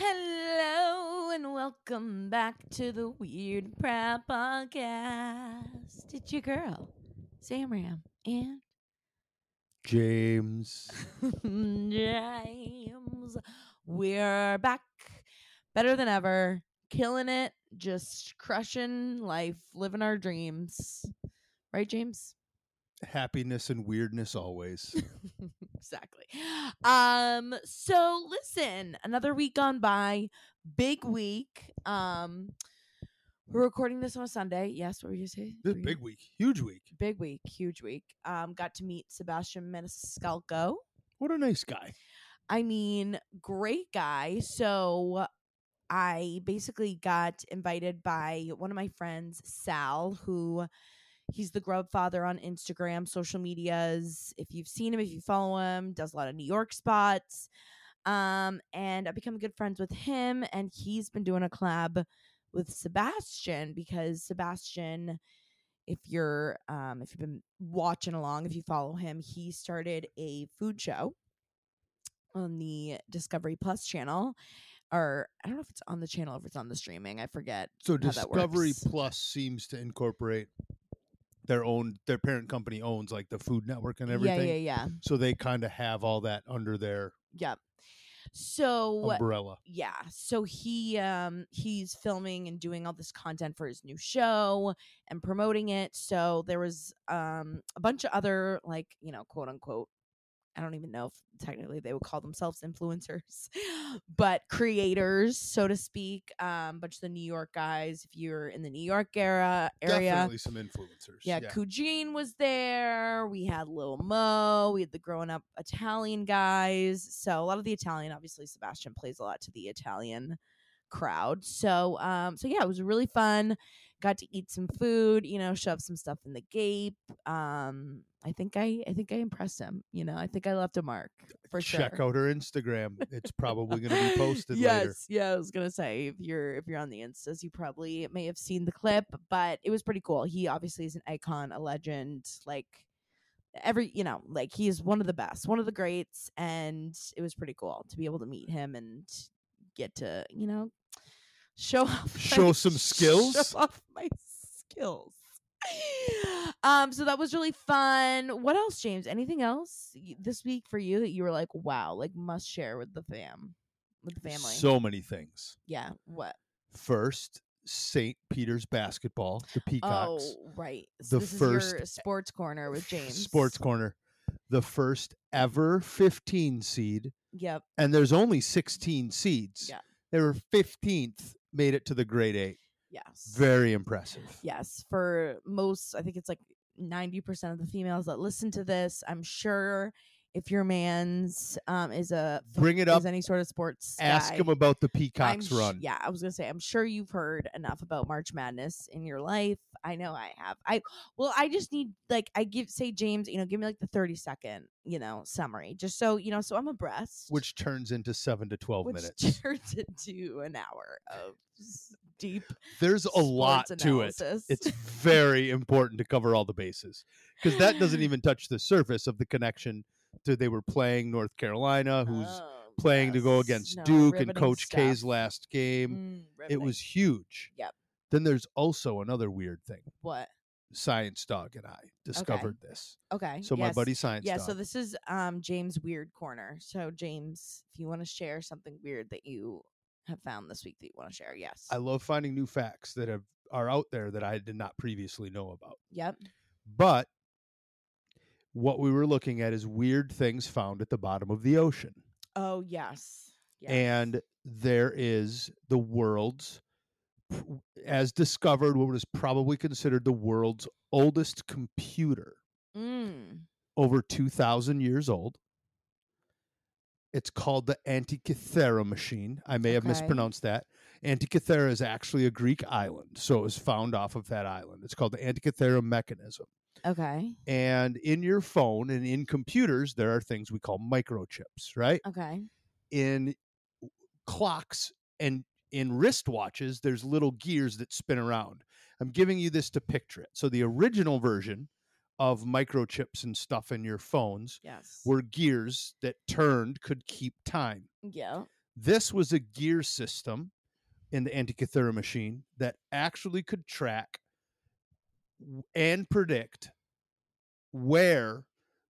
Hello and welcome back to the Weird Proud Podcast. It's your girl, Samram, and James. James. We're back better than ever, killing it, just crushing life, living our dreams. Right, James? Happiness and weirdness always. exactly. Um, so listen, another week gone by, big week. Um, we're recording this on a Sunday. Yes, what were you saying? This big week, huge week. big week, huge week. Um, got to meet Sebastian Maniscalco. What a nice guy. I mean, great guy. So I basically got invited by one of my friends, Sal, who he's the grub father on Instagram, social medias. If you've seen him, if you follow him, does a lot of New York spots. Um, and I've become good friends with him, and he's been doing a collab with Sebastian because Sebastian, if you're um if you've been watching along, if you follow him, he started a food show on the Discovery Plus channel. Or I don't know if it's on the channel, if it's on the streaming, I forget. So that Discovery works. Plus seems to incorporate their own their parent company owns like the Food Network and everything. Yeah, yeah, yeah. So they kind of have all that under their Yep. Oh, So umbrella. yeah so he um he's filming and doing all this content for his new show and promoting it so there was um a bunch of other like you know quote unquote i don't even know if technically they would call themselves influencers but creators so to speak um bunch of the new york guys if you're in the new york era area Definitely some influencers. yeah, Kujin was there. We had Lil Mo. We had the growing up Italian guys. So a lot of the Italian, obviously, Sebastian plays a lot to the Italian crowd. So, um, so yeah, it was really fun. Got to eat some food. You know, shove some stuff in the gape. Um, I think I, I think I impressed him. You know, I think I left a mark for sure. Check out her Instagram. It's probably going to be posted yes, later. yeah, I was gonna say if you're if you're on the instas, you probably may have seen the clip, but it was pretty cool. He obviously is an icon, a legend, like every you know, like he is one of the best, one of the greats, and it was pretty cool to be able to meet him and get to you know show off my- Show some skills? show off my skills. Um, so that was really fun. What else, James? Anything else y- this week for you that you were like, wow, like must share with the fam, with the family? So many things. yeah, what? First, St. Peter's basketball, the Peacocks. Oh, right. The this is your first- sports corner with James. Sports Corner, the first ever 15 seed, Yep. and there's only 16 seeds. Yeah. They were 15th, made it to the grade eight. Yes. Very impressive. yes. For most, I think it's like ninety percent of the females that listen to this. I'm sure if your man's um is a Bring it up. is any sort of sports Ask guy, him about the I'm Peacocks sh- run. Yeah, I was gonna say, I'm sure you've heard enough about March Madness in your life. I know I have. I well, I just need like I give say James, you know, give me like the 30 second, you know, summary, just so you know, so I'm abreast, Which turns into seven to 12 which minutes. turns into an hour of s- deep. There's a lot to it. It's very important to cover all the bases because that doesn't even touch the surface of the connection to they were playing North Carolina, who's Oh, playing to go yes. against No, Duke and riveting Coach K's stuff. last game. Mm, It riveting. was huge. Yep. Then there's also another weird thing. what? Science Dog and I discovered this. Okay. So my Uh, yes. buddy Science Yeah, Dog. so this is um James Weird Corner. So James, if you want to share something weird that you have found this week that you want to share, yes. I love finding new facts that have, are out there that I did not previously know about. yep. But what we were looking at is weird things found at the bottom of the ocean. Oh yes. yes. And there is the world's, pr- as discovered, what is probably considered the world's oldest computer. mm. over 2,000 years old. It's called the Antikythera machine. I may have Okay. mispronounced that. Antikythera is actually a Greek island, so it was found off of that island. It's called the Antikythera mechanism. Okay. And in your phone and in computers, there are things we call microchips, right? Okay. In clocks and in wristwatches, there's little gears that spin around. I'm giving you this to picture it. So the original version of microchips and stuff in your phones Yes. were gears that turned could keep time. yeah. This was a gear system in the Antikythera machine that actually could track w- and predict where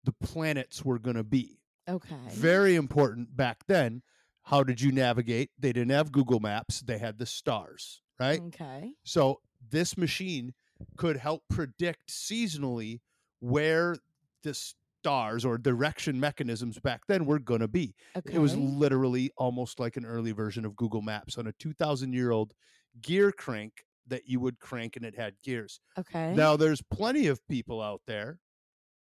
the planets were going to be. Okay. Very important back then. How did you navigate? They didn't have Google Maps, they had the stars, right? Okay. So this machine could help predict seasonally where the stars or direction mechanisms back then were going to be. Okay. It was literally almost like an early version of Google Maps on a 2000 year old gear crank that you would crank and it had gears. okay. Now, there's plenty of people out there.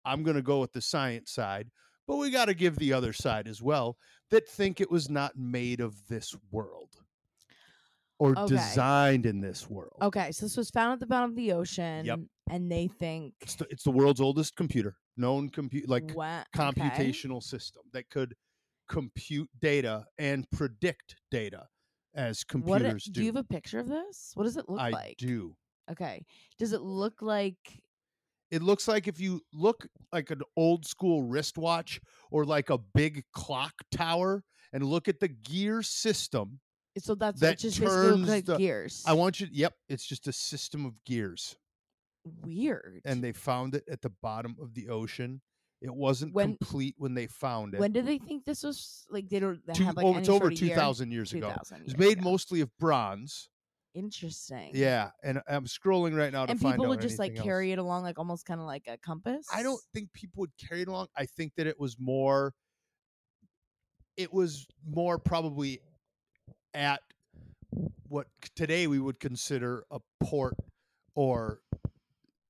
I'm going to go with the science side, but we got to give the other side as well that think it was not made of this world or Okay. designed in this world. Okay. So this was found at the bottom of the ocean. And they think It's the, it's the world's oldest computer, known compute like what computational system that could compute data and predict data as What computers do. do. you have a picture of this? What does it look I like? do. Okay. Does it look like It looks like if you look like an old school wristwatch or like a big clock tower and look at the gear system. so? That's That it just basically looks turns like the- gears. I want you yep, it's just a system of gears. weird. And they found it at the bottom of the ocean. It wasn't When- complete when they found it. when did they think this was like they don't Two- have like oh, any it's over sort of year? 2000 years ago. 2000 It was years made ago. mostly of bronze. interesting. Yeah, and I'm scrolling right now to and find people out would just like anything else. carry it along, like almost kind of like a compass. I don't think people would carry it along. I think that it was more. It was more probably at what c- today we would consider a port or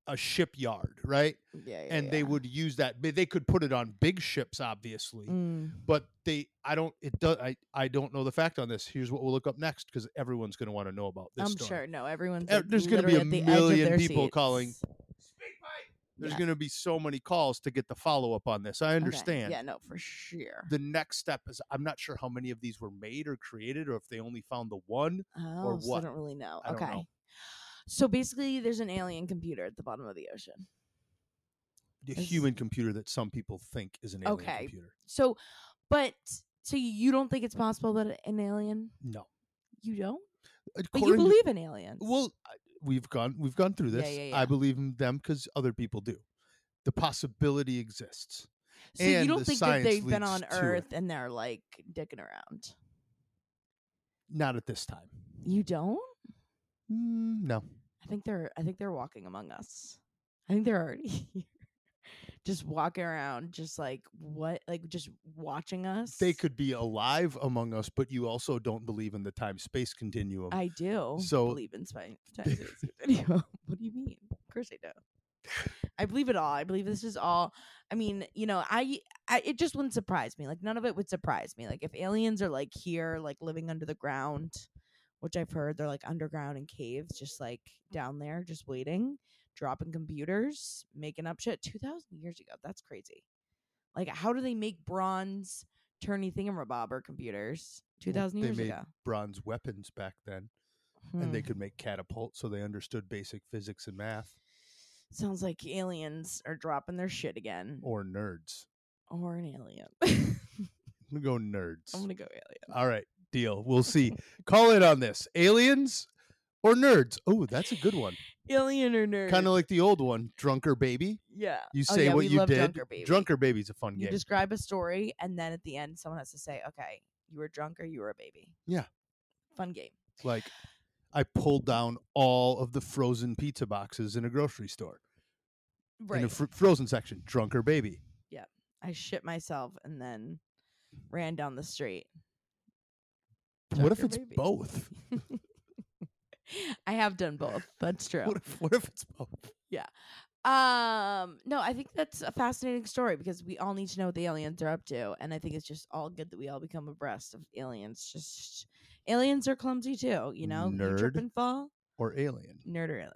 a shipyard, right? Yeah, yeah, And they yeah. would use that. but They could put it on big ships, obviously. Mm, But they, I don't. It does. I, I don't know the fact on this. Here's what we'll look up next because everyone's going to want to know about this. I'm story. sure. No, everyone's. Eh, Like, there's gonna literally be a at the edge of million their people calling, seats. Speak, Mike. There's Yeah. going to be so many calls to get the follow up on this. I Okay, understand. Yeah, no, for sure. The next step is I'm not sure how many of these were made or created or if they only found the one. oh, So I what? don't really know. I don't okay. know. So basically, there's an alien computer at the bottom of the ocean. The This- human computer that some people think is an alien Okay. computer. So, but so you don't think it's possible that an alien? No. You don't, but According you to- believe in aliens. well, I- we've gone we've gone through Yeah, this. yeah, I yeah. believe in them because other people do. The possibility exists. so you and don't the think that science they've been leads on to it. Earth and they're like dicking around. Not at this time. You don't? Mm, no. I think they're. I think they're walking among us. I think they're already here, just walking around, just like what, like just watching us. They could be alive among us, but you also don't believe in the time space continuum. I do So- believe in space. what do you mean? Of course I do. I believe it all. I believe this is all. I mean, you know, I, I it just wouldn't surprise me. Like none of it would surprise me. Like if aliens are like here, like living under the ground, which I've heard they're like underground in caves, just like down there, just waiting, dropping computers, making up shit. Two thousand years ago, that's crazy. Like, how do they make bronze turny thingamabobber computers two thousand they years made ago? bronze weapons back then. and they Hmm. could make catapults, so they understood basic physics and math Sounds like aliens are dropping their shit again. Or, or nerds. an alien. I'm I'm gonna go nerds. gonna go alien. All right, deal. We'll see. Call it on this: aliens or nerds. Oh, that's a good one. Alien or nerd. Kind of like the old one, drunker baby. Yeah. You Oh, say yeah, what we you love did. Drunker baby. Drunker baby's a fun You game. describe a story and then at the end someone has to say, Okay, you were drunk or you were a baby. Yeah. Fun game. like I pulled down all of the frozen pizza boxes in a grocery store in the Right. fr- frozen section. Drunker baby. I shit myself and then ran down the street. what if Drunker it's baby. both? I have done both. That's true. What if, what if it's both? Um, no, I think that's a fascinating story because we all need to know what the aliens are up to, and I think it's just all good that we all become abreast of aliens. Just aliens are clumsy too, you know. You trip Nerd. and fall, Or alien? nerd or alien.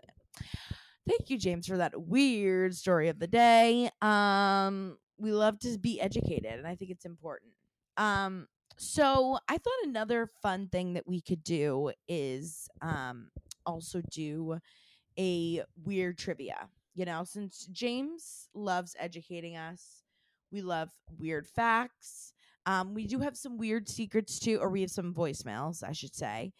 Thank you, James, for that weird story of the day. Um, we love to be educated, and I think it's important. Um, so I thought another fun thing that we could do is um also do a weird trivia. You know, since James loves educating us, we love weird facts. Um, we do have some weird secrets too, or we have some voicemails, I should say.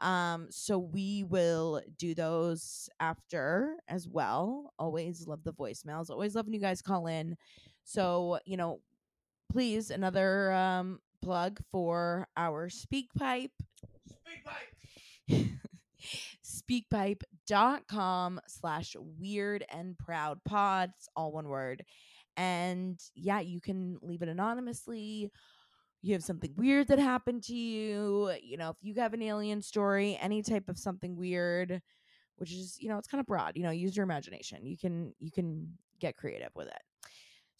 Um, so we will do those after as well. Always love the voicemails. Always love when you guys call in. So, you know, please, another um plug for our speak pipe. Speak pipe. speakpipe.com slash weird and proud pod. It's all one word. And yeah, you can leave it anonymously. You have something weird that happened to you. You know, if you have an alien story, any type of something weird, which is, you know, it's kind of broad. You know, use your imagination. You can you can get creative with it.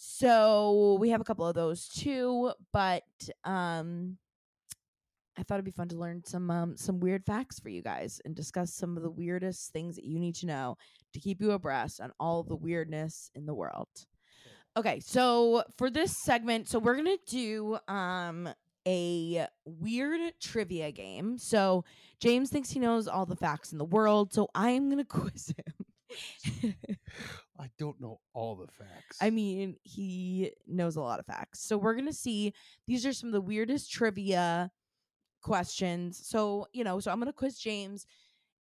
So we have a couple of those too, but um I thought it'd be fun to learn some um, some weird facts for you guys and discuss some of the weirdest things that you need to know to keep you abreast on all the weirdness in the world. Okay, so for this segment, so we're gonna do um a weird trivia game. So James thinks he knows all the facts in the world, so I am gonna quiz him. I don't know all the facts. I mean, he knows a lot of facts. So we're gonna see. These are some of the weirdest trivia questions. So, you know, so I'm going to quiz James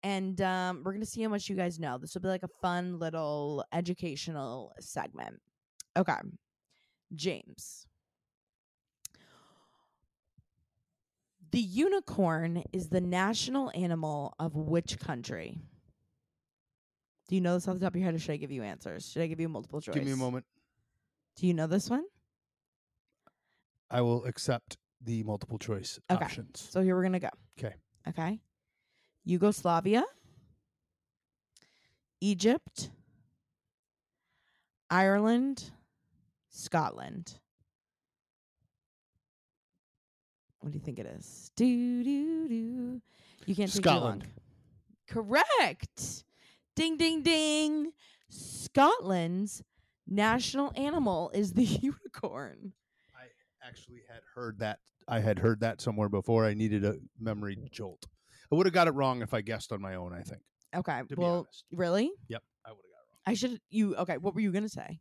and um, we're going to see how much you guys know. This will be like a fun little educational segment. Okay. James. The unicorn is the national animal of which country? Do you know this off the top of your head or should I give you answers? Should I give you multiple choice? Give me a moment. Do you know this one? I will accept the multiple choice Okay. options. So here we're gonna go. 'Kay. Okay. Yugoslavia, Egypt, Ireland, Scotland. What do you think it is? Do do do. You can't take too long. Scotland. Correct. Ding ding ding. Scotland's national animal is the unicorn. Actually, had heard that. I had heard that somewhere before. I needed a memory jolt. I would have got it wrong if I guessed on my own. I think. Okay. To be well, honest, really? I would have got it wrong. I should you okay, what were you gonna say?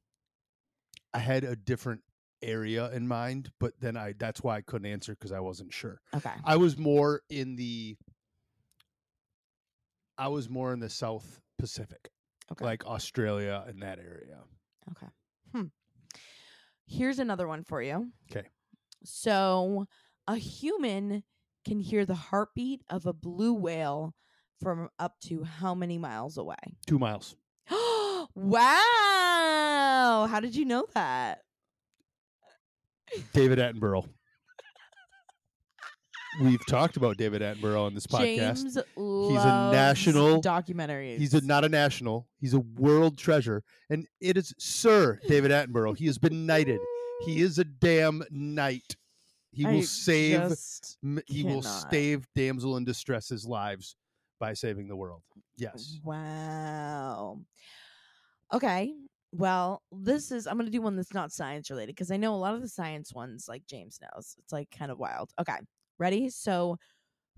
I had a different area in mind, but then I that's why I couldn't answer because I wasn't sure. Okay. I was more in the I was more in the South Pacific. Okay. Like Australia and that area. Okay. Hmm. Here's another one for you. 'Kay. So a human can hear the heartbeat of a blue whale from up to how many miles away? Two miles. wow. How did you know that? David Attenborough. We've talked about David Attenborough on this podcast. James loves national- documentaries. He's a, not a national. He's a world treasure, and it is Sir David Attenborough. He has been knighted. He is a damn knight. He will I save. just m- he will cannot. save damsel in distress's lives by saving the world. Yes. Wow. Okay. Well, this is I'm gonna do one that's not science related because I know a lot of the science ones, like James knows, it's like kind of wild. Okay, ready? So,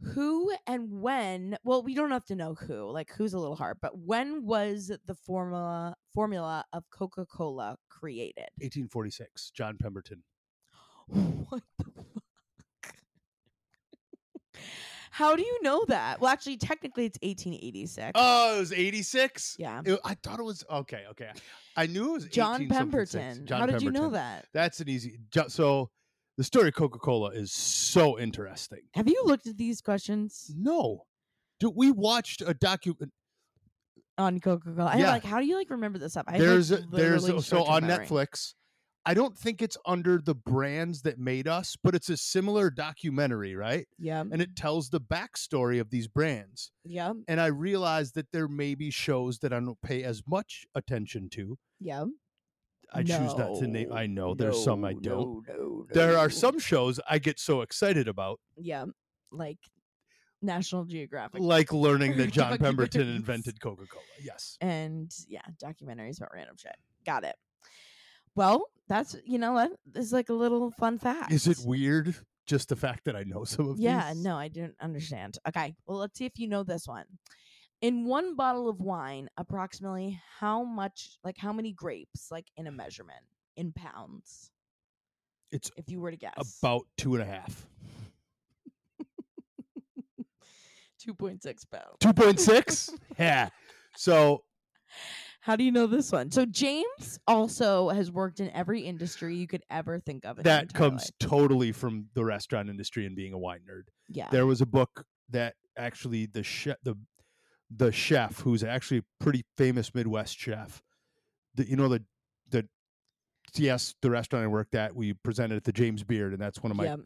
who and when? Well, we don't have to know who, like who's a little hard, but when was the formula formula of Coca Cola created? 1846. John Pemberton. What the fuck? How do you know that? Well, actually, technically, it's 1886. Oh, it was 86. yeah, I thought it was okay. Okay, I knew it was John 18 something six. Pemberton. John How did you know Pemberton. that? That's an easy. ju- So, the story of Coca Cola is so interesting. Have you looked at these questions No. Dude, we watched a docu on Coca Cola? I'm Yeah. like, how do you like remember this up? I have, like, there's a there's literally a, so short-term on memory. Netflix. I don't think it's under the brands that made us, but it's a similar documentary, right? Yep. And it tells the backstory of these brands. Yep. And I realized that there may be shows that I don't pay as much attention to. Yep. I choose not to name. No, I know there's some I no, don't. No, no, There no. are some shows I get so excited about, Yep. Like National Geographic like learning that John Pemberton Documentaries. invented Coca-Cola. Yes. and yeah, documentaries about random shit. Got it. Well, that's you know what is like a little fun fact. Is it weird just the fact that I know some of Yeah, these? no, I didn't understand. Okay, well, let's see if you know this one. In one bottle of wine, approximately how much, like how many grapes, like in a measurement in pounds? It's if you were to guess. about two and a half. 2.6 pounds. 2.6? yeah. So How do you know this one? So James also has worked in every industry you could ever think of. in your that entire comes life. totally from the restaurant industry and being a wine nerd. Yeah. There was a book that actually the chef, the the chef who's actually a pretty famous Midwest chef, the, you know the the yes the restaurant I worked at we presented at the James Beard and that's one of my yeah.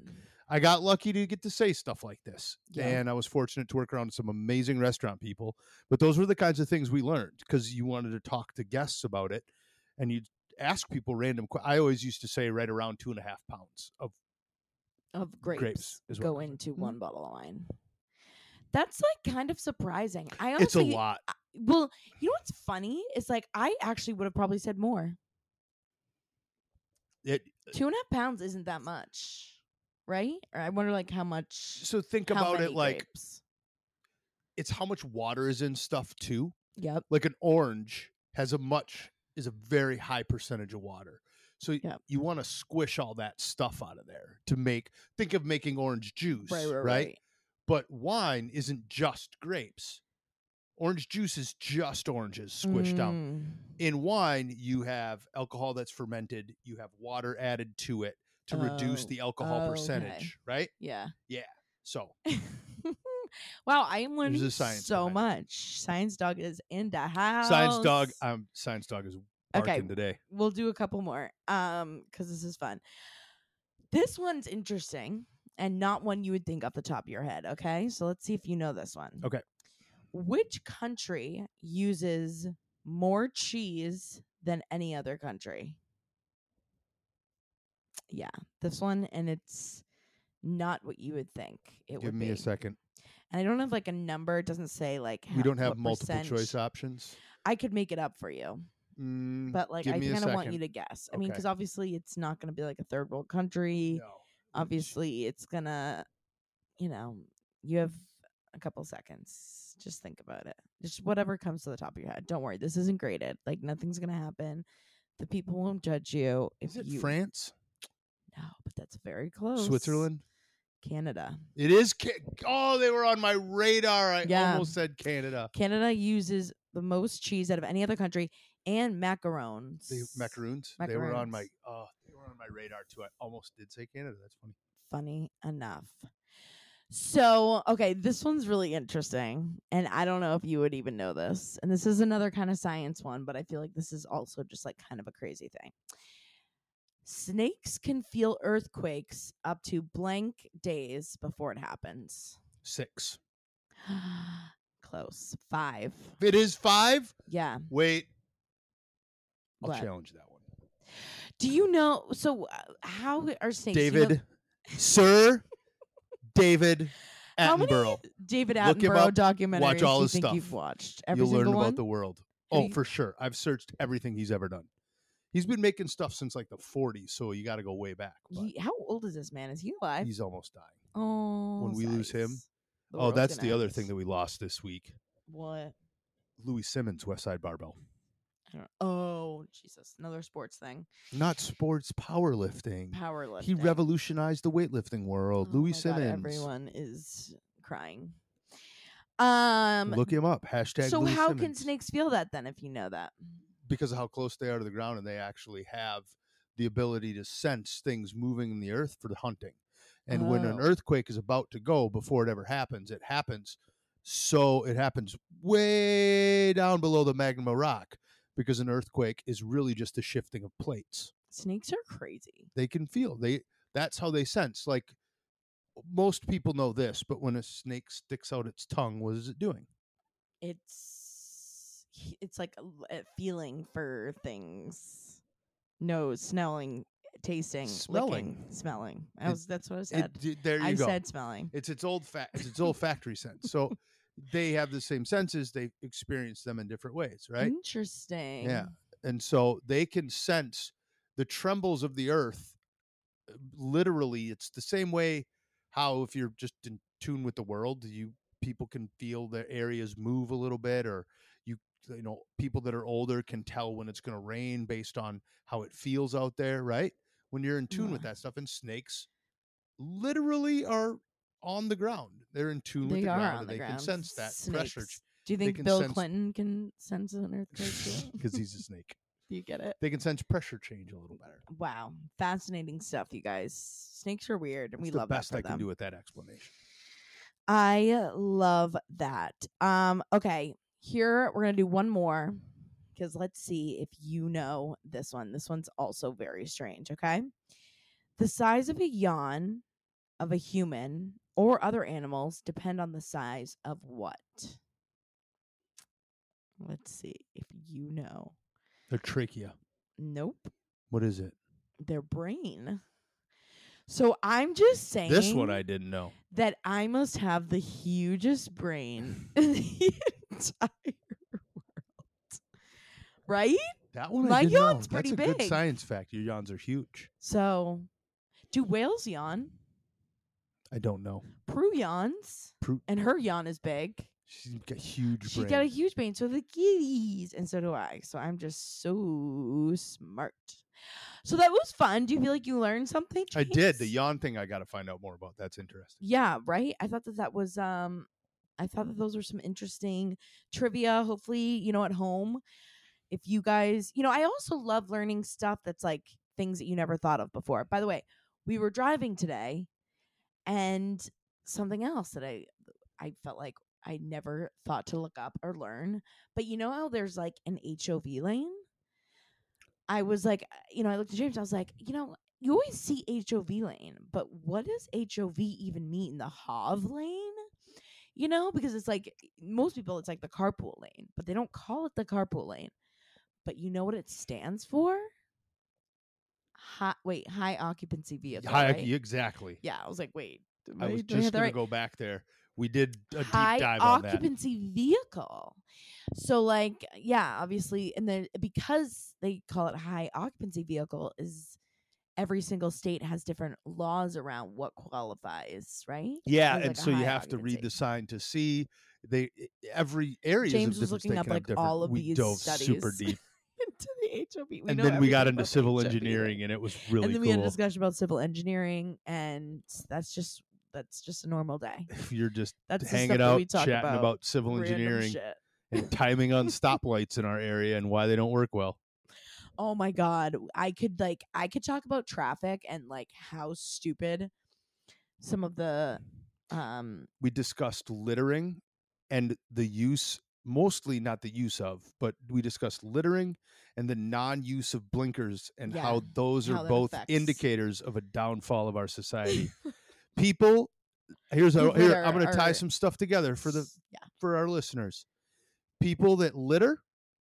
I got lucky to get to say stuff like this. Yeah. And I was fortunate to work around some amazing restaurant people. But those were the kinds of things we learned because you wanted to talk to guests about it and you'd ask people random. que- I always used to say right around two and a half pounds of Of grapes, grapes is what go it is. into Mhm. one bottle of wine. That's like kind of surprising. I uh, it's a honestly lot. well, you know what's funny? It's like I actually would have probably said more. It, Two and a half pounds isn't that much, right? Or I wonder like how much. so think how about many it like grapes. it's how much water is in stuff too. Yep. Like an orange has a much is a very high percentage of water. So y- Yep. you want to squish all that stuff out of there to make think of making orange juice, Right. Right. Right. but wine isn't just grapes. Orange juice is just oranges squished out. Mm. In wine, you have alcohol that's fermented, you have water added to it to reduce Oh, the alcohol okay. percentage, right? Yeah. So, wow, I am There's a learning science so behind much. Science dog is in the house. science dog, um, science dog is barking Okay, today. we'll do a couple more. Um, because this is fun. This one's interesting and not one you would think off the top of your head. Okay, so let's see if you know this one. Okay. Which country uses more cheese than any other country? Yeah, this one, and it's not what you would think it would Give me be. a second. And I don't have like a number. It doesn't say like We how- don't have what multiple choice percent. options. I could make it up for you, Mm, but like give I me a kind of want you second. to guess. I mean, Okay. because obviously it's not going to be like a third world country. no. Obviously, it's gonna, you know, you have a couple seconds. Just think about it. Just whatever comes to the top of your head. Don't worry, this isn't graded. Like nothing's gonna happen. The people won't judge you. If Is it you, France? No, but that's very close. Switzerland? Canada. It is. Ca- oh, they were on my radar. I Yeah. almost said Canada. Canada uses the most cheese out of any other country and macarons. They macaroons. They were on my Macaroons. oh, they were on my radar too. I almost did say Canada. That's funny. Funny enough. So, okay, this one's really interesting. And I don't know if you would even know this. And this is another kind of science one, but I feel like this is also just like kind of a crazy thing. Snakes can feel earthquakes up to blank days before it happens. Six. Close. Five. It is five. Yeah. Wait, I'll what? challenge that one. Do you know? So, uh, how are snakes? do you know- David, Sir David How many Attenborough. David Look him Attenborough up, documentaries. watch all you his think stuff. You've watched every You'll learn single about one. the world. Have Oh, you- for sure. I've searched everything he's ever done. He's been making stuff since like the 40s, so you got to go way back. but He- how old is this man? Is he alive? he's almost dying. oh, we lose him- size. The oh, world's that's gonna the other end thing us. that we lost this week. what? Louis Simmons, West Side Barbell. I don't, oh, Jesus! Another sports thing. Not sports powerlifting. Powerlifting. Mm, He revolutionized the weightlifting Oh world. Louis my God, Simmons. everyone is crying. Um. Look him up. Hashtag so Louis how can Simmons. snakes feel that then? If you know that, because of how close they are to the ground and they actually have the ability to sense things moving in the earth for the hunting. And when an Oh. earthquake is about to go before it ever happens, it happens. So it happens way down below the magma rock because an earthquake is really just a shifting of plates. snakes are crazy. They can feel. They that's how they sense. Like most people know this, but when a snake sticks out its tongue, what is it doing? it's he- it's like a, l- a feeling for things nose smelling tasting licking, Smelling. smelling I It- was, that's what i It, said d- there you i go. said smelling It's its old fa- it's its olfactory sense. So they have the same senses. They experience them in different ways, right? interesting And so they can sense the trembles of the earth. uh, Literally, it's the same way how if you're just in tune with the world, you people can feel their areas move a little bit, or you you know people that are older can tell when it's going to rain based on how it feels out there, right? when you're in tune with Yeah. that stuff. And snakes literally are on the ground. They're in tune with They the are ground. on and the they ground. can sense that pressure. Snakes. Do you They think can Bill sense- Clinton can sense an earthquake? too? Because he's a snake. Do you get it? They can sense pressure change a little better. Wow, fascinating stuff, you guys. Snakes are weird, and That's we the love best that for I them. can do with that explanation. I love that. Um, okay, here we're gonna do one more because let's see if you know this one. This one's also very strange. Okay, the size of a yawn of a human or other animals depend on the size of what. Let's see if you know. The trachea. Nope, What is it? their brain. So I'm just saying This one I didn't know. that I must have the hugest brain in the entire world. Right? That one I My didn't yawn's know. pretty That's a good big. science fact. Your yawns are huge. So, do whales yawn? I don't know. Prue yawns, Prue- and her yawn is big. She's got huge She's brain. got a huge brain, so the kitties, and so do I. So I'm just so smart. So that was fun. Do you feel like you learned something? I did the Chase? yawn thing. I got to find out more about. That's interesting. yeah right i thought that that was um i thought that those were some interesting trivia hopefully you know at home if you guys you know i also love learning stuff that's like things that you never thought of before by the way we were driving today and something else that i i felt like i never thought to look up or learn but you know how there's like an hov lane i was like uh, you know i looked at james i was like you know you always see HOV lane, but what does HOV even mean? The HOV lane? You know, because it's like most people, it's like the carpool lane, but they don't call it the carpool lane. But you know what it stands for? High, wait, high occupancy vehicle. Hi, right? you- exactly. yeah, I was like, wait. I was wait, do have just that going right? to go back there. We did a deep high dive on that. occupancy vehicle. So like yeah, obviously and then because they call it high occupancy vehicle is every single state has different laws around what qualifies, right? Yeah, There's, like, and a so you high have to read occupancy. the sign to see they e, every area. James was looking up, like, all of we these dove super studies. deep, Into the HOV. We and know then we everything got into about the civil HOV, engineering, right? and it was really and then cool. we had a discussion about civil engineering and that's just that's just a normal day. You're just That's the stuff hanging that out, we talk chatting about, about. civil Random engineering shit. and timing on stoplights in our area and why they don't work well. Oh my god, I could like I could talk about traffic and like how stupid some of the um we discussed littering and the use mostly not the use of but we discussed littering and the non-use of blinkers and how Yeah, those how are that both affects. indicators of a downfall of our society people here's how People here that i'm going to tie are- some stuff together for the s- yeah. for our listeners people that litter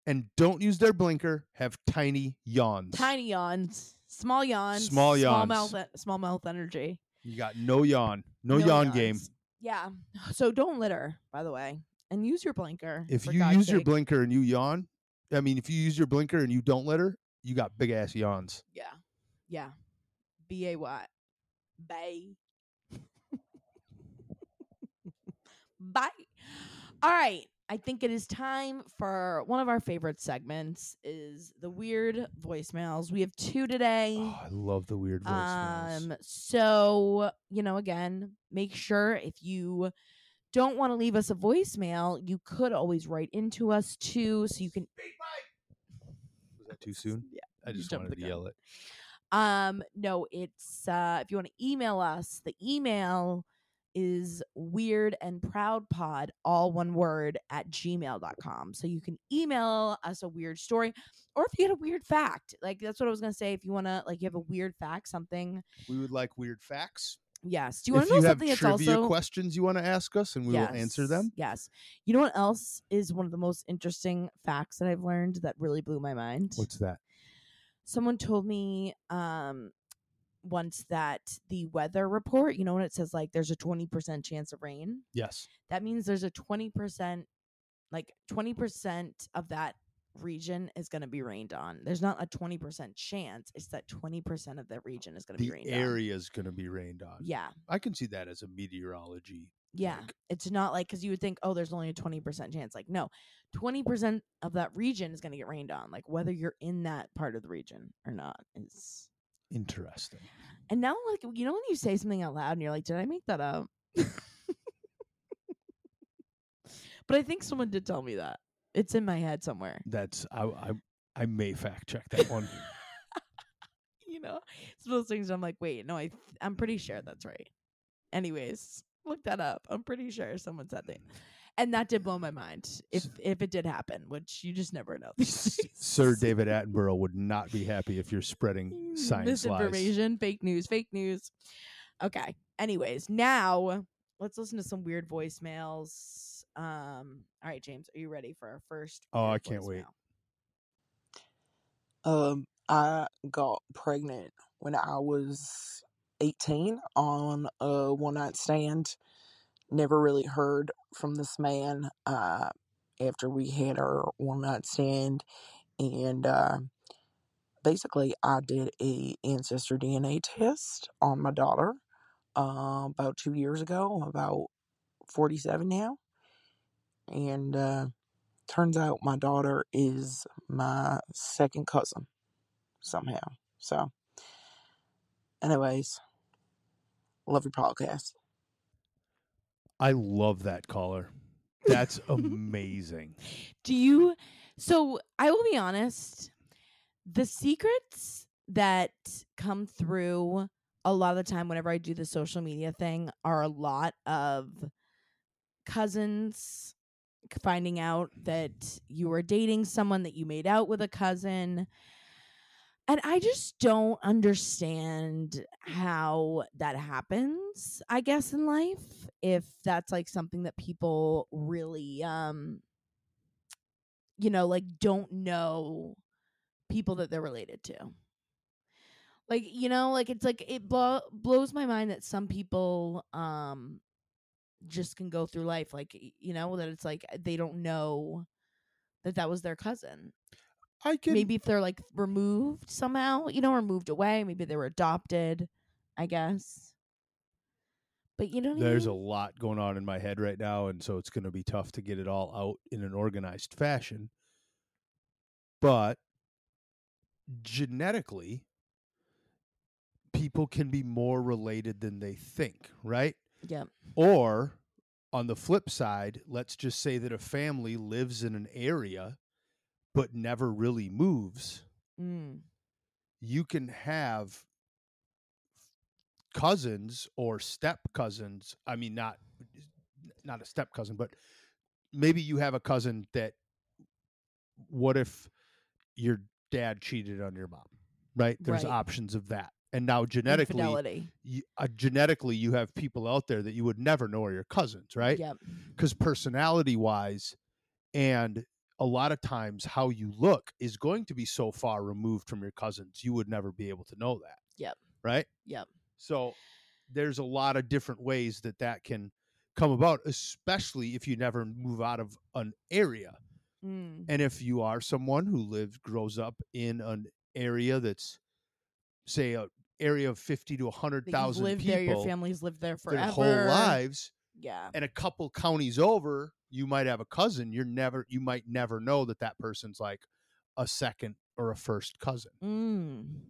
and don't use their blinker have tiny yawns tiny yawns, small yawns, Small small yawns. mouth, e- small mouth energy. you got no yawn no, yawn game yawns. Yeah. So don't litter, by the way, and use your blinker. if for you God's use your sake. blinker and you yawn, I mean, if you use your blinker and you don't litter, you got big ass yawns. yeah, yeah, b a y, bay, bye. All right, I think it is time for one of our favorite segments: is the weird voicemails. We have two today. Oh, I love the weird voicemails. Um, so, you know, again, make sure if you don't want to leave us a voicemail, you could always write into us too. So you can, Was that too soon? Yeah, I you just jumped wanted the to yell it. um, no, it's, uh, if you want to email us, the email is weird and proud pod, all one word at gmail.com. So you can email us a weird story or if you had a weird fact, like that's what I was going to say. If you want to, like, you have a weird fact, something. We would like weird facts. Yes. Do you want if to know you have something that's trivia also questions you want to ask us, and we will answer them. Yes. You know what else is one of the most interesting facts that I've learned that really blew my mind? What's that? Someone told me um once that the weather report, you know when it says like there's a 20% chance of rain? Yes. That means there's a 20% like 20% of that region is going to be rained on. There's not a 20% chance, it's that 20% of that region is going to be The rained on. area is going to be rained on. Yeah. I can see that as a meteorology. Yeah. like- It's not like because you would think, oh, there's only a 20% chance. Like, no, 20% of that region is going to get rained on. Like, whether you're in that part of the region or not is Interesting. And now, like, you know, when you say something out loud and you're like, did I make that up? but I think someone did tell me that. It's in my head somewhere. That's I I, I may fact check that one. You know, it's one of those things I'm like, wait, no, I, th- I'm pretty sure that's right. Anyways, look that up. I'm pretty sure someone said that. And that did blow my mind if if it did happen, which you just never know. these S- Sir days. David Attenborough would not be happy if you're spreading science lies. Mm, misinformation, fake news, fake news. Okay. Anyways, now let's listen to some weird voicemails. Um, all right, James, are you ready for our first? Oh, I weird can't wait. voicemail? Um, I got pregnant when I was 18 on a one night stand. Never really heard from this man uh, after we had our one night stand, and uh, basically I did a ancestor DNA test on my daughter uh, about two years ago. I'm about 47 now, and uh, turns out my daughter is my second cousin somehow. So, anyways, love your podcast. I love that caller. That's amazing. Do you? So I will be honest. The secrets that come through a lot of the time whenever I do the social media thing are a lot of cousins finding out that you were dating someone that you made out with a cousin. And I just don't understand how that happens, I guess, in life. If that's like something that people really um you know, like don't know people that they're related to. Like, you know, like it's like it blow, blows my mind that some people um just can go through life like y- you know that it's like eh, they don't know that that was their cousin. I can Maybe if they're like removed somehow, you know, or moved away, maybe they were adopted, I guess. But you know, what I There's a mean? lot going on in my head right now, and so it's going to be tough to get it all out in an organized fashion. But genetically, people can be more related than they think, right? yeah. Or on the flip side, let's just say that a family lives in an area but never really moves. Mm. You can have cousins or step cousins. I mean, not not a step cousin, but maybe you have a cousin that. What if your dad cheated on your mom? Right? There's Right. options of that, and now genetically, Infidelity. you, uh, genetically you have people out there that you would never know are your cousins right Yep. because personality wise and a lot of times how you look is going to be so far removed from your cousins you would never be able to know that Yep. right Yep. so there's a lot of different ways that that can come about especially if you never move out of an area Mm. and if you are someone who lives grows up in an area that's say a area of 50 to that you've 100,000 lived people there, your family's lived there forever. their whole lives Yeah. and a couple counties over you might have a cousin you're never you might never know that that person's like a second or a first cousin Mm.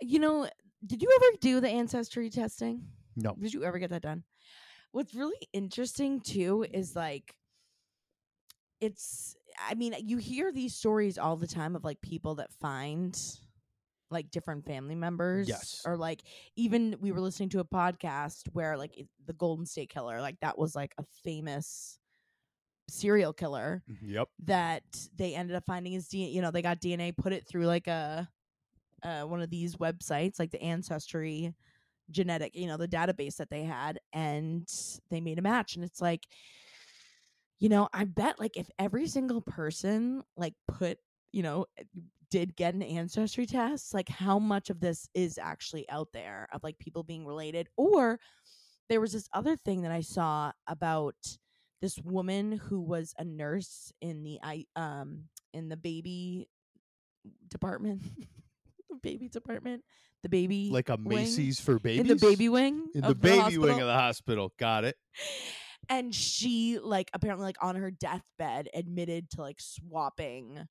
You know, did you ever do the ancestry testing? no Did you ever get that done? What's really interesting too is like it's I mean, you hear these stories all the time of like people that find like different family members Yes. or like even we were listening to a podcast where like it- the Golden State Killer like that was like a famous serial killer Mm, yep that they ended up finding his DNA. You know, they got DNA, put it through like a uh, one of these websites, like the ancestry genetic, you know, the database that they had, and they made a match. And it's like, you know, I bet like if every single person like put, you know, eh, did get an ancestry test, like how much of this is actually out there of like people being related or there was this other thing that I saw about this woman who was a nurse in the I um in the baby department, the baby department, the baby like a wing- macy's for babies in the baby wing in the of baby hospital wing of the hospital got it and she like apparently like on her deathbed admitted to like swapping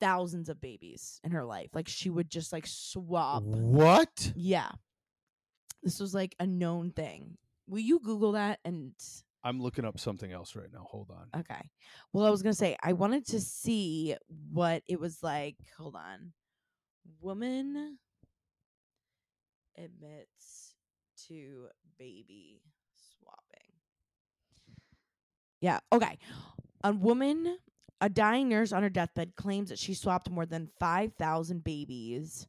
thousands of babies in her life. Like she would just like swap. What? Yeah. This was like a known thing. Will you Google that and I'm looking up something else right now. Hold on. okay. Well, I was gonna say I wanted to see what it was like. Hold on. Woman admits to baby swapping. Yeah, okay. A woman, a dying nurse on her deathbed claims that she swapped more than 5,000 babies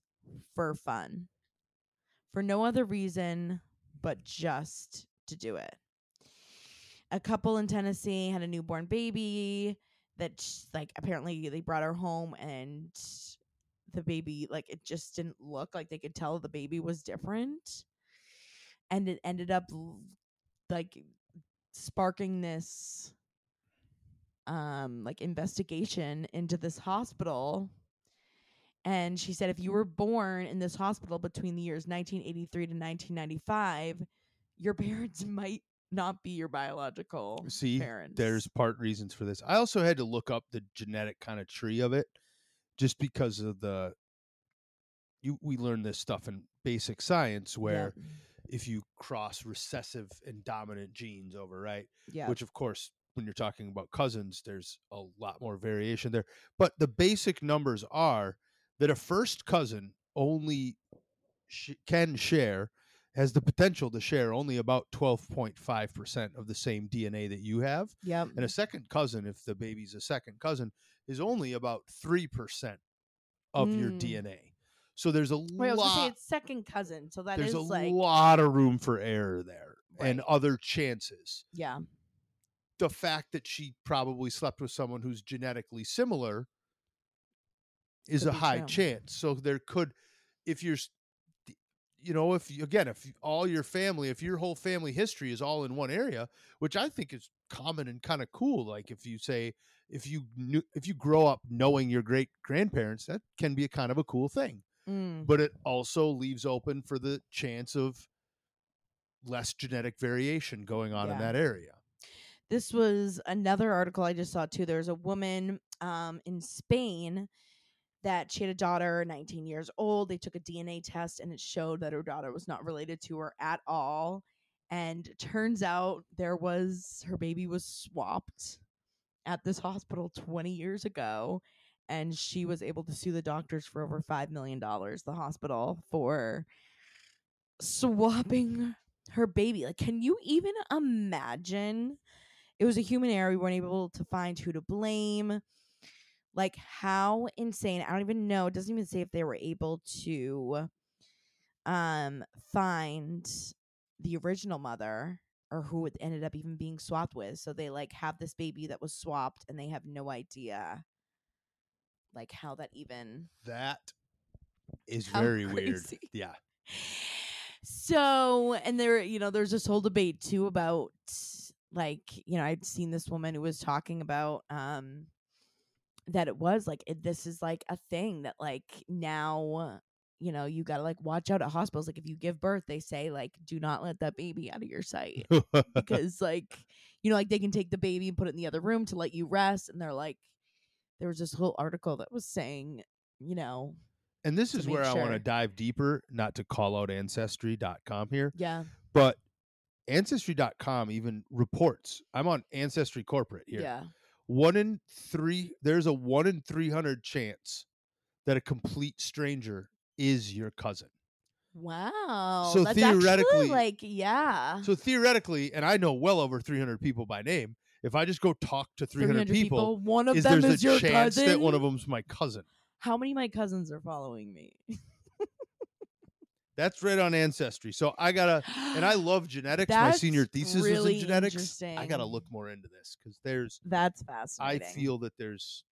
for fun. For no other reason but just to do it a couple in Tennessee had a newborn baby that sh- like apparently they brought her home and the baby like it just didn't look like they could tell the baby was different and it ended up l- like sparking this um like investigation into this hospital and she said if you were born in this hospital between the years 1983 to 1995 your parents might not be your biological See, parents there's part reasons for this. I also had to look up the genetic kind of tree of it just because of the you we learned this stuff in basic science where if you cross recessive and dominant genes over, right? yeah Which of course when you're talking about cousins, there's a lot more variation there. But the basic numbers are that a first cousin only sh- can share has the potential to share only about 12.5% of the same DNA that you have yep and a second cousin if the baby's a second cousin is only about 3% of your Mm. dna so there's a Wait, I was gonna say lot it's second cousin, so that is there's a like lot of room for error there and Right. other chances yeah, the fact that she probably slept with someone who's genetically similar is Could a be high true. chance so there could if you're s- d- you know if you, again if you- all your family if your whole family history is all in one area which i think is common and kind of cool like if you say if you knew if you grow up knowing your great grandparents that can be a kind of a cool thing Mm, but it also leaves open for the chance of less genetic variation going on Yeah. in that area this was another article I just saw too. There was a woman um, in Spain that she had a daughter, 19 years old. They took a DNA test and it showed that her daughter was not related to her at all. And it turns out there was her baby was swapped at this hospital 20 years ago. And she was able to sue the doctors for over $5 million, the hospital, for swapping her baby. Like, can you even imagine? It was a human error. We weren't able to find who to blame. Like, how insane. I don't even know. It doesn't even say if they were able to um find the original mother or who it ended up even being swapped with. So they like have this baby that was swapped and they have no idea like how that even that is How very weird crazy. yeah So, and there, you know, there's this whole debate too about like, you know, I'd seen this woman who was talking about um that it was like it, this is like a thing that like now, you know, you got to like watch out at hospitals like if you give birth, they say like do not let that baby out of your sight because like, you know, like they can take the baby and put it in the other room to let you rest and they're like there was this whole article that was saying, you know, and this to is where make I want sure. to dive deeper, not to call out ancestry.com here, yeah, but ancestry.com even reports. I'm on Ancestry Corporate here. yeah, One in three, there's a one in 300 chance that a complete stranger is your cousin. Wow. So that's actually, theoretically- like, yeah. So theoretically, and I know well over 300 people by name, if I just go talk to 300, people, One of is them there's is a your chance cousin. that one of them's my cousin. How many of my cousins are following me? That's right on Ancestry. So I got to and I love genetics. My senior That's thesis was really in genetics. I got to interesting. look more into this because there's, That's I fascinating. feel that there's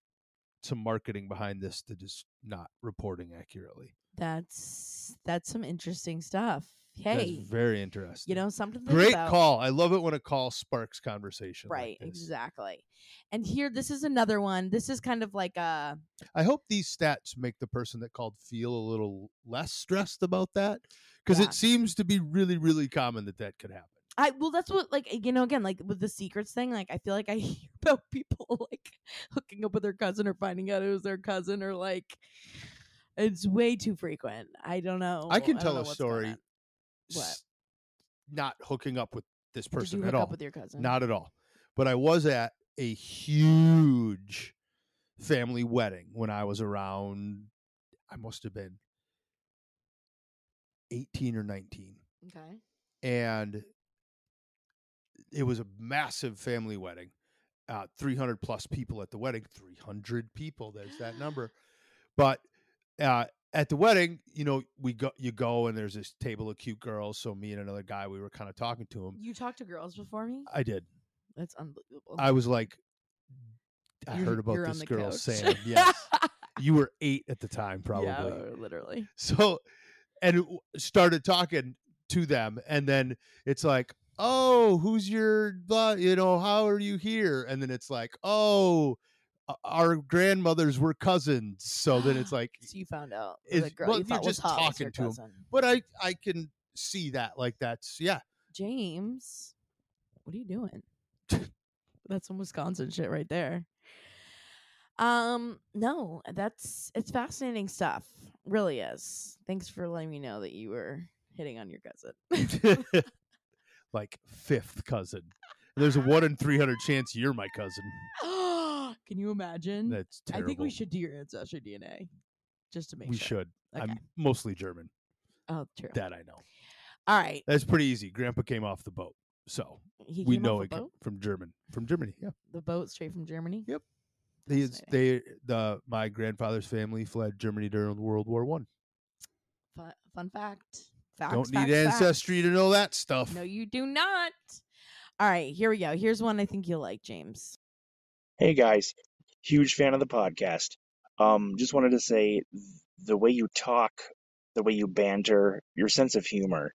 some marketing behind this that is not reporting accurately. that's that's some interesting stuff. That's Hey, very interesting. you know something. to think great about. call. I love it when a call sparks conversation. like Right, this. exactly. And here, this is another one. This is kind of like a I hope these stats make the person that called feel a little less stressed about that because Yeah. it seems to be really, really common that that could happen. I well, that's what like you know again like with the secrets thing. Like I feel like I hear about people like hooking up with their cousin or finding out it was their cousin or like it's way too frequent. Oh, I don't know. I can don't tell know a what's going story. on. What? s- Not hooking up with this Did you person hook at all. up with your cousin? Not at all. But I was at a huge family wedding when I was around, I must have been 18 or 19. okay. And it was a massive family wedding, uh, 300 plus people at the wedding. 300 people, there's that number. But uh, at the wedding, you know, we go, you go, and there's this table of cute girls. So me and another guy, we were kind of talking to him. You talked to girls before me. I did. That's unbelievable. I was like, I You're- heard about you're on this the girl couch. Sam. Yes, you were eight at the time, probably. Yeah, literally. So, and w- started talking to them, and then it's like, oh, who's your, blah, you know, how are you here? And then it's like, oh, o- our grandmothers were cousins. So then it's like, So you found out Is- the girl well, you you're thought was just hot was talking your to 'em. cousin. but I, I can see that, like that's yeah. James, what are you doing? that's some Wisconsin shit right there. Um, no, that's it's fascinating stuff. Really is. Thanks for letting me know that you were hitting on your cousin. like fifth cousin. There's a one in three hundred chance you're my cousin. Can you imagine? That's terrible. I think we should do your ancestry DNA. Just to make We sure. should. Okay. I'm mostly German. oh, true. That I know. All right. That's pretty easy. Grandpa came off the boat, so He we came know off a it came boat? from German, from Germany. Yeah, the boat straight from Germany. Yep. they, is- Fascinating. they the my grandfather's family fled Germany during World War One. Fun, fun fact. Facts, Don't need facts, facts. ancestry to know that stuff. No, you do not. All right, here we go. Here's one I think you'll like, James. Hey guys, huge fan of the podcast. Um, just wanted to say th- the way you talk, the way you banter, your sense of humor,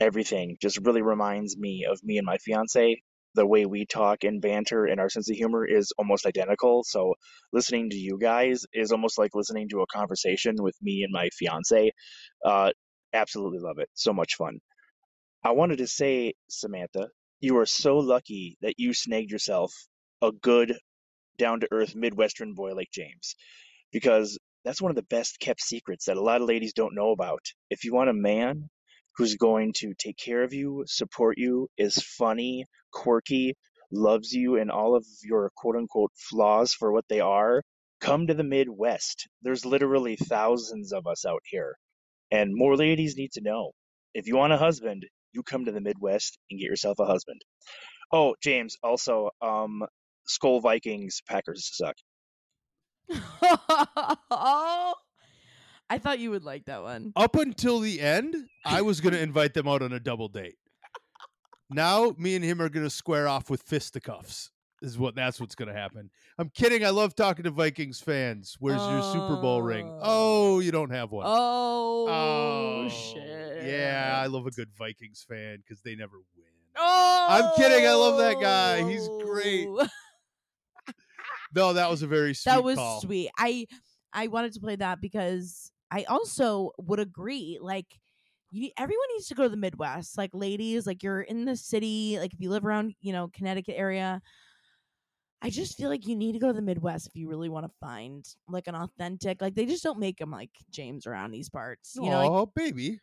everything just really reminds me of me and my fiance. The way we talk and banter and our sense of humor is almost identical. So listening to you guys is almost like listening to a conversation with me and my fiance. Uh, absolutely love it. So much fun. I wanted to say, Samantha, you are so lucky that you snagged yourself a good, down to earth Midwestern boy like James, because that's one of the best kept secrets that a lot of ladies don't know about. If you want a man who's going to take care of you, support you, is funny, quirky, loves you, and all of your quote unquote flaws for what they are, come to the Midwest. There's literally thousands of us out here, and more ladies need to know. If you want a husband, you come to the Midwest and get yourself a husband. Oh, James, also, um, Skull Vikings Packers suck. oh, I thought you would like that one. Up until the end, I was going to invite them out on a double date. Now me and him are going to square off with fisticuffs. Is what that's what's going to happen. I'm kidding. I love talking to Vikings fans. Where's your Super Bowl ring? Oh. Oh, you don't have one. Oh, Oh, shit. Yeah, I love a good Vikings fan because they never win. Oh, kidding, I love that guy. He's great. No, that was a very sweet that was call. sweet. I I wanted to play that because I also would agree. Like, you everyone needs to go to the Midwest. Like, ladies, like you're in the city. Like, if you live around, you know, Connecticut area, I just feel like you need to go to the Midwest if you really want to find like an authentic. Like, they just don't make them like James around these parts. You know, like, Oh. oh, baby,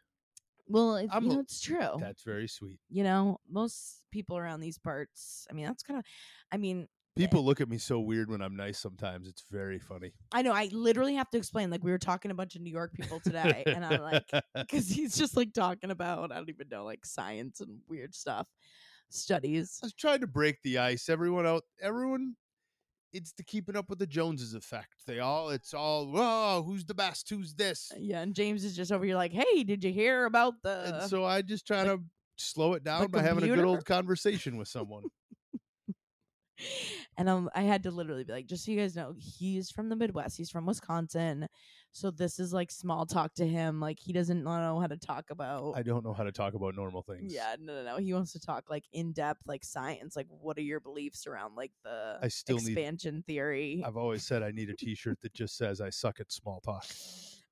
well, it, I'm you a- know, it's true that's very sweet. you know most people around these parts i mean that's kind of i mean People look at me so weird when I'm nice. Sometimes it's very funny. i know i literally have to explain like we were talking to a bunch of new york people today and i'm like because he's just like talking about i don't even know like science and weird stuff studies I was trying to break the ice. Everyone out, everyone, it's the keeping up with the Joneses effect. They all, it's all, oh, who's the best? Who's this? yeah and james is just over here like hey did you hear about the and so I just try to slow it down by having a good computer? old conversation with someone. and um, I had to literally be like, just so you guys know, he's from the Midwest. He's from Wisconsin. So this is like small talk to him. Like he doesn't know how to talk about I don't know how to talk about normal things. Yeah, no, no, no. He wants to talk like in depth, like science. Like, what are your beliefs around like the I still need expansion theory? I've always said I need a T-shirt that just says "I suck at small talk."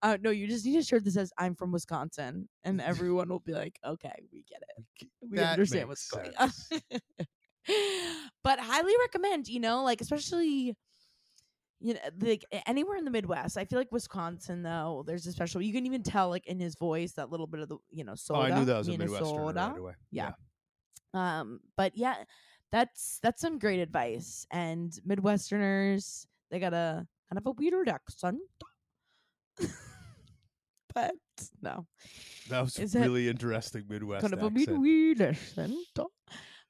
Uh, no, you just need a shirt that says "I'm from Wisconsin," and everyone will be like, "Okay, we get it. We That understand makes what's going on." sense. but highly recommend. You know, like especially. You know, like a- anywhere in the Midwest, I feel like Wisconsin though. There's a special. You can even tell, like in his voice, that little bit of the you know Oh, soda. I knew that was a Midwesterner Minnesota. right away. Yeah. Um, but yeah, that's that's some great advice. And Midwesterners, they got a kind of a weirder accent. but no. That was Is that really interesting Midwest kind of a accent. weird weird accent.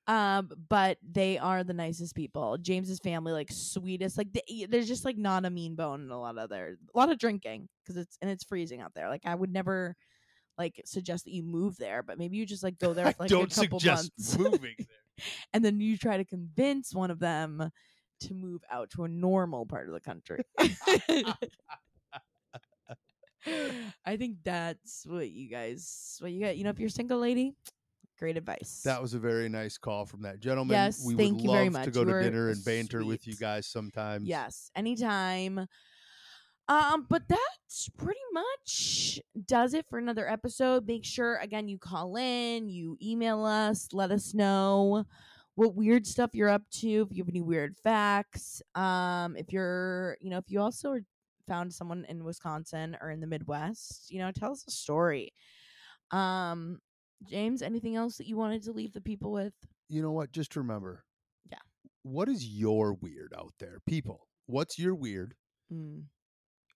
Um, but they are the nicest people. James's family, like sweetest, like they, there's just like not a mean bone in a lot of their, a lot of drinking because it's and it's freezing out there. Like I would never, like suggest that you move there, but maybe you just like go there for I like don't a couple suggest months. moving there. and then you try to convince one of them to move out to a normal part of the country. I think that's what you guys what you got. You know, if you're a single lady, great advice. That was a very nice call from that gentleman. Yes, we thank would you love very to much. go You to were dinner and banter with you sweet. guys sometimes. yes, anytime. Um, but that's pretty much does it for another episode. Make sure again you call in, you email us, let us know what weird stuff you're up to, if you have any weird facts. Um, if you're you know, if you also are- found someone in Wisconsin or in the Midwest, you know, tell us a story. Um, James, anything else that you wanted to leave the people with? You know what? Just remember. Yeah. What is your weird out there, people? What's your weird, Mm.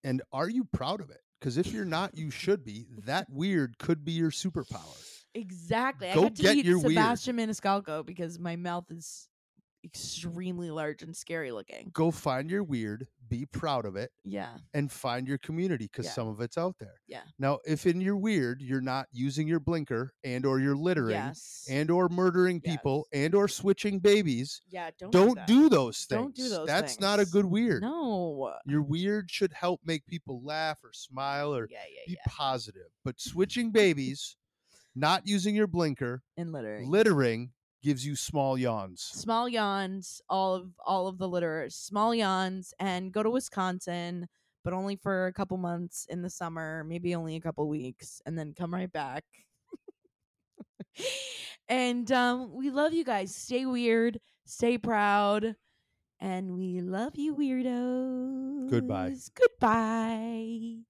and are you proud of it? Because if you're not, you should be. That weird could be your superpower. Exactly. Go I got to get eat your weird. Sebastian Maniscalco because my mouth is extremely large and scary looking. Go find your weird, be proud of it, Yeah. and find your community because Yeah. some of it's out there. Yeah. Now, if in your weird you're not using your blinker and or you're littering Yes. and or murdering people and or switching babies, yeah, don't don't that. do those things. Don't do those That's not a things. good weird. No. Your weird should help make people laugh or smile or Yeah, yeah, be yeah. positive. But switching babies, not using your blinker, And littering. littering gives you small yawns. small yawns, all of all of the litter, small yawns, and go to Wisconsin, but only for a couple months in the summer, maybe only a couple weeks, and then come right back. and um, we love you guys. Stay weird, stay proud, and we love you, weirdos. Goodbye.